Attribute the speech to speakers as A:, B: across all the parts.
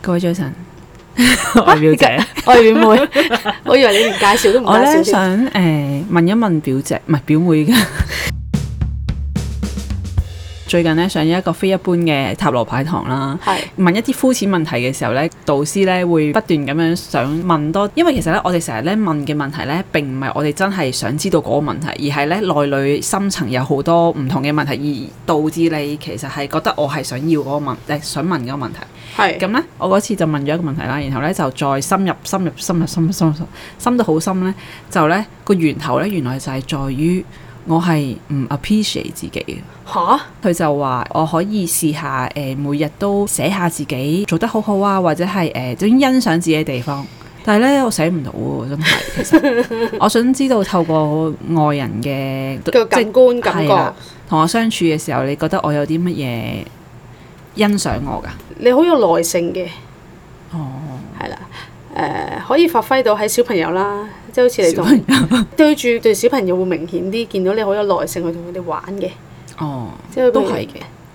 A: 各位早晨， 我係表姐，
B: 我係表妹，我以為你連介紹都唔
A: 我
B: 介
A: 咧
B: 紹添。
A: 想誒、問一問表姐，唔係表妹嘅。 最近咧上咗一個非一般嘅塔羅牌堂啦。
B: 係
A: 問一啲膚淺問題嘅時候咧，導師咧會不斷咁樣想問多，因為其實咧我哋成日咧問嘅問題咧並唔係我哋真係想知道嗰個問題，而係咧內裏深層有好多唔同嘅問題，而導致你其實係覺得我係想要嗰個問，誒、想問嗰個問題。
B: 係
A: 咁咧，我嗰次就問咗一個問題啦，然後咧就再深入、深入、深入、深入、深入、深到好深咧，就咧個源頭咧，原來就係在於我係唔 appreciate 自己嘅。
B: 吓
A: 佢就話我可以試下誒、呃每日都寫下自己做得好好啊，或者係誒、呃總之欣賞自己嘅地方。但係咧，我寫唔到喎，真係。其 實我想知道透過外人嘅
B: 個感官感
A: 係啦
B: 覺，
A: 同我相處嘅時候，你覺得我有啲乜嘢欣賞我㗎？
B: 你好有耐性嘅，
A: 哦，
B: 係啦。誒、可以發揮到喺小朋友啦，即係好似你
A: 小朋
B: 同
A: 友。
B: 對住對小朋友會明顯啲，見到你好有耐性去同佢哋玩嘅，
A: 哦，
B: 即係
A: 都
B: 譬如
A: 係嘅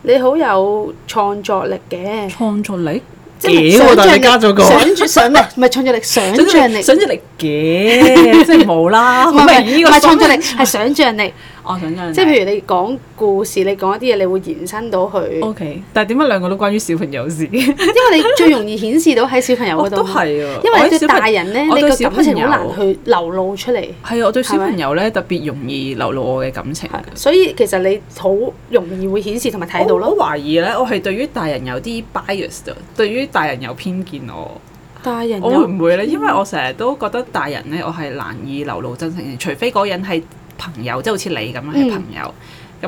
B: 你好有創作力嘅，
A: 創作力，
B: 即係
A: 屌
B: 想
A: 但係你加
B: 像
A: 咗
B: 力
A: 個
B: 想像想唔係唔係創作力，想
A: 想
B: 像
A: 像
B: 力
A: 力，想像力嘅，即係冇 啦，
B: 唔係唔係
A: 呢
B: 唔
A: 個
B: 係創作力，係想像力。
A: 我哦想像力，
B: 即係譬如你講故事，你講一啲嘢，你會延伸到去，因
A: O K，但係點解兩個都關於小朋友 事？
B: 為你最容易顯示到喺小朋友
A: 我
B: 嗰度。
A: 都係啊，
B: 因
A: 我
B: 為
A: 啲
B: 對
A: 小朋
B: 大人咧，
A: 我
B: 你
A: 對
B: 個
A: 小
B: 感情
A: 朋
B: 好
A: 友
B: 難去流露出嚟，
A: 係啊，我對小
B: 係咪
A: 朋友咧特別容易流露我嘅感情。
B: 係所以其實你好容易會顯示同埋睇到
A: 我
B: 咯。
A: 我懷疑咧，我係對於大人有啲 bias 嘅，對於大人有偏見我。
B: 大人
A: 我會
B: 有
A: 唔會咧？因為我成日都覺得大人咧，我係難以流露真性情，除非嗰個人係朋友，即係好似你咁樣係朋友，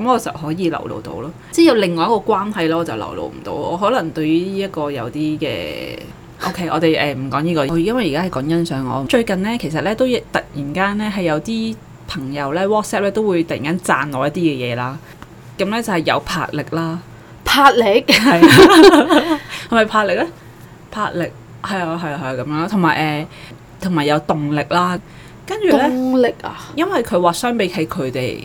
A: 咁、我就可以流露到咯。即係有另外一個關係咯，我就流露唔到。我可能對於呢一個有啲嘅。OK，我哋呃誒唔講呢個，我因為而家係講欣賞我。最近咧，其實咧都亦突然間咧係有啲朋友咧 WhatsApp 咧都會突然間讚我一啲嘅嘢啦。咁咧就係有魄力啦，
B: 魄力，
A: 係 係咪魄力咧？魄力係啊係啊係啊咁樣啦，同埋誒同埋有動力啦。跟住咧，
B: 動力啊！
A: 因為佢話相比起佢哋，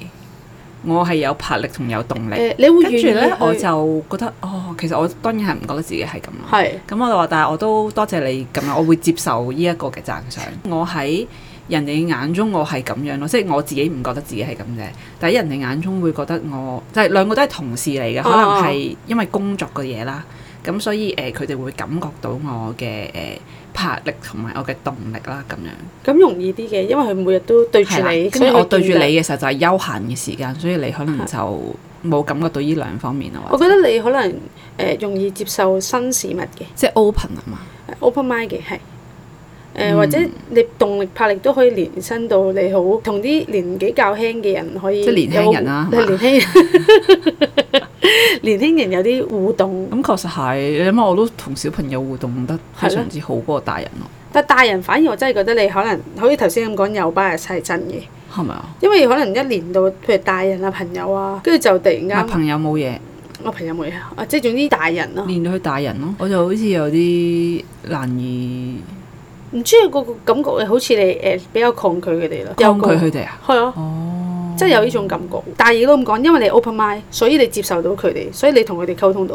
A: 我係有魄力同有動力。
B: 誒，你會
A: 跟
B: 願意
A: 住咧，我
B: 去
A: 就覺得哦，其實我當然係唔覺得自己係咁啦。
B: 係
A: 咁我就話，但係我都多謝你咁樣，我會接受呢一個嘅讚賞。我喺人哋眼中我係咁樣咯，即係我自己唔覺得自己係咁啫，但係人哋眼中會覺得我就係、兩個都係同事嚟嘅，可能
B: 哦
A: 係因為工作嘅嘢啦，咁所以誒佢哋會感覺到我嘅誒、呃魄力同埋我嘅動力啦咁樣。
B: 咁容易啲嘅，因為佢每日都對住
A: 係啦
B: 你，所
A: 跟
B: 以
A: 住
B: 佢
A: 我對住
B: 見
A: 你
B: 到。
A: 嘅時候就係休閒嘅時間，所以你可能就冇感覺到呢兩方面啊，或
B: 我
A: 者
B: 覺得你可能誒容易接受新事物嘅
A: 即係 open 啊嘛。
B: 係，open mind 嘅係。誒
A: 嗯
B: 或者你動力魄力都可以延伸到你好同啲年紀較輕嘅人可以
A: 即係年輕人啊啦
B: 有
A: 係嘛
B: 年輕人 年輕人有啲互動，
A: 咁確實係，你諗下我都同小朋友互動得非
B: 係咯
A: 常之好過大人咯，
B: 但大人反而我真係覺得你可能好似頭先咁講有 bias 係真嘅，
A: 係咪啊？
B: 因為可能一年到譬如大人啊朋友啊，跟住就突然
A: 唔係
B: 間
A: 朋嗯友冇嘢，
B: 我朋友冇嘢啊，即係總之大人咯、
A: 練到佢大人咯，我就好似有啲難以
B: 唔知有個個感覺好似你誒、呃比較抗拒佢哋咯，
A: 抗拒
B: 有個
A: 佢哋啊。
B: 係啊，
A: 哦，
B: 即係有呢種感覺。但係亦都咁講，因為你 open mind，所以你接受到佢哋，所以你同佢哋溝通到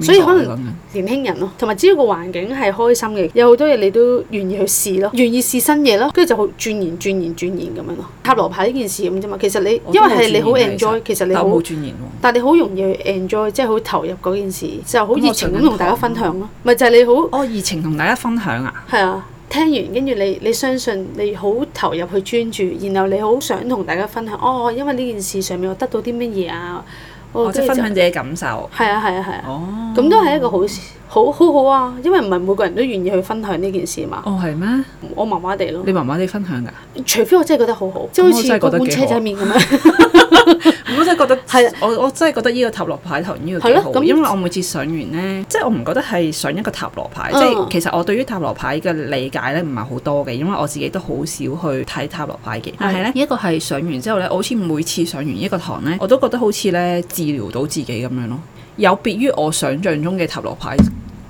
B: 所以可能
A: 能
B: 年輕人咯，同埋只要個環境係開心嘅，有好多嘢你都願意去試咯，願意試新嘢咯，跟住就好鑽研、鑽研、鑽研咁樣咯。塔羅牌呢件事咁啫嘛，其實你
A: 我都
B: 因為
A: 冇
B: 係你好
A: 鑽研其實
B: enjoy，其實你
A: 但
B: 好
A: 我，冇鑽研喎。
B: 但係你好容易去 enjoy，即係好投入嗰件事，就好熱情
A: 咁我
B: 咁
A: 就
B: 同大家分
A: 嗯
B: 享咯。咪就係你好
A: 哦，熱情同大家分享啊！
B: 係啊，聽完跟住你你相信你好投入去專注，然後你好想同大家分享哦，因為呢件事上面我得到啲乜嘢啊，
A: 哦，
B: 哦，
A: 即係
B: 跟
A: 分
B: 住
A: 享自己感受。
B: 就係啊係啊係啊。
A: 哦，
B: 咁都係一個好事好好好啊，因為唔係每個人都願意去分享呢件事嘛。
A: 哦係咩？
B: 我麻麻地咯，
A: 你麻麻地分享㗎？
B: 除非我真係覺得好好，即係好
A: 我真係
B: 似
A: 覺
B: 嗰
A: 得
B: 碗
A: 幾
B: 車
A: 好啊
B: 仔面咁樣。
A: 我真係覺得
B: 係啊
A: 我我真係覺得呢個塔羅牌頭呢個幾
B: 係
A: 好，
B: 咯咁
A: 因為我每次上完呢，即係我唔覺得係上一個塔羅牌，即係
B: 嗯
A: 其實我對於塔羅牌嘅理解呢，唔係好多嘅，因為我自己都好少去睇塔羅牌嘅。但係呢，呢一個係上完之後呢，我好似每次上完呢個堂呢，我都覺得好似呢治療到自己咁樣咯，有別於我想像中嘅塔羅牌。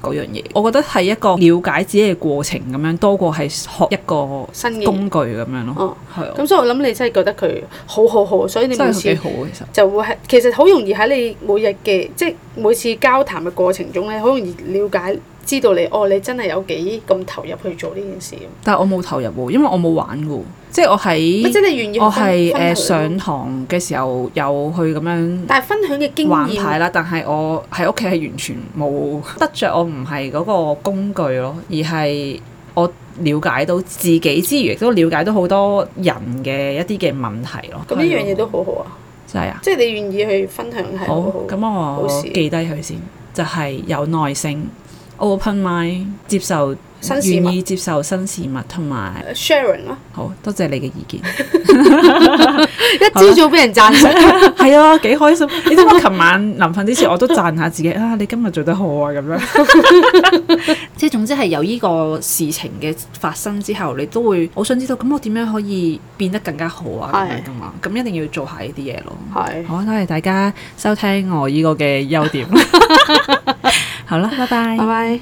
A: 嗰樣嘢，我覺得係一個了解自己嘅過程咁樣，多過係學一個
B: 新嘅
A: 工具 咁樣咯。
B: 哦，
A: 係啊，
B: 咁所以我諗你真係覺得佢好好好，所以你
A: 真
B: 每
A: 係幾
B: 次
A: 好啊其實。
B: 就會係其實好容易喺你每日嘅即係每次交談嘅過程中咧，好容易了解知道你哦，你真係有幾咁投入去做呢件事。
A: 但係我冇投入喎，因為我冇玩噶，即係我
B: 或者
A: 喺
B: 你願意去
A: 我
B: 分
A: 係誒
B: 分享
A: 上堂嘅時候有去咁樣。
B: 但係分享嘅經
A: 玩
B: 驗
A: 牌啦，但係我喺屋企係完全冇 得着，我唔係嗰個工具咯，而係我了解到自己之餘，亦都了解到好多人嘅一啲嘅問題咯。
B: 咁呢樣嘢都好好啊，
A: 真係啊！
B: 即係你願意去分享係
A: 好
B: 好好。，
A: 咁我
B: 好事
A: 記低佢先，就係、有耐性、open mind，接受
B: 新事物呃
A: 願意接受新事物，同埋
B: sharing 啦，
A: 好多謝你嘅意見。
B: 一朝早俾人讚賞，
A: 係啊，幾開心！ 你知唔知琴晚臨瞓之前我都讚下自己啊，你今日做得好啊咁樣。 即係總之係有呢個事情嘅發生之後，你都會好想知道咁我點樣可以變得更加好啊咁樣
B: 係
A: 噶嘛。咁一定要做下呢啲嘢咯。
B: 係
A: 好，多謝大 家收聽我呢個嘅優點。好啦，拜拜
B: 拜。拜。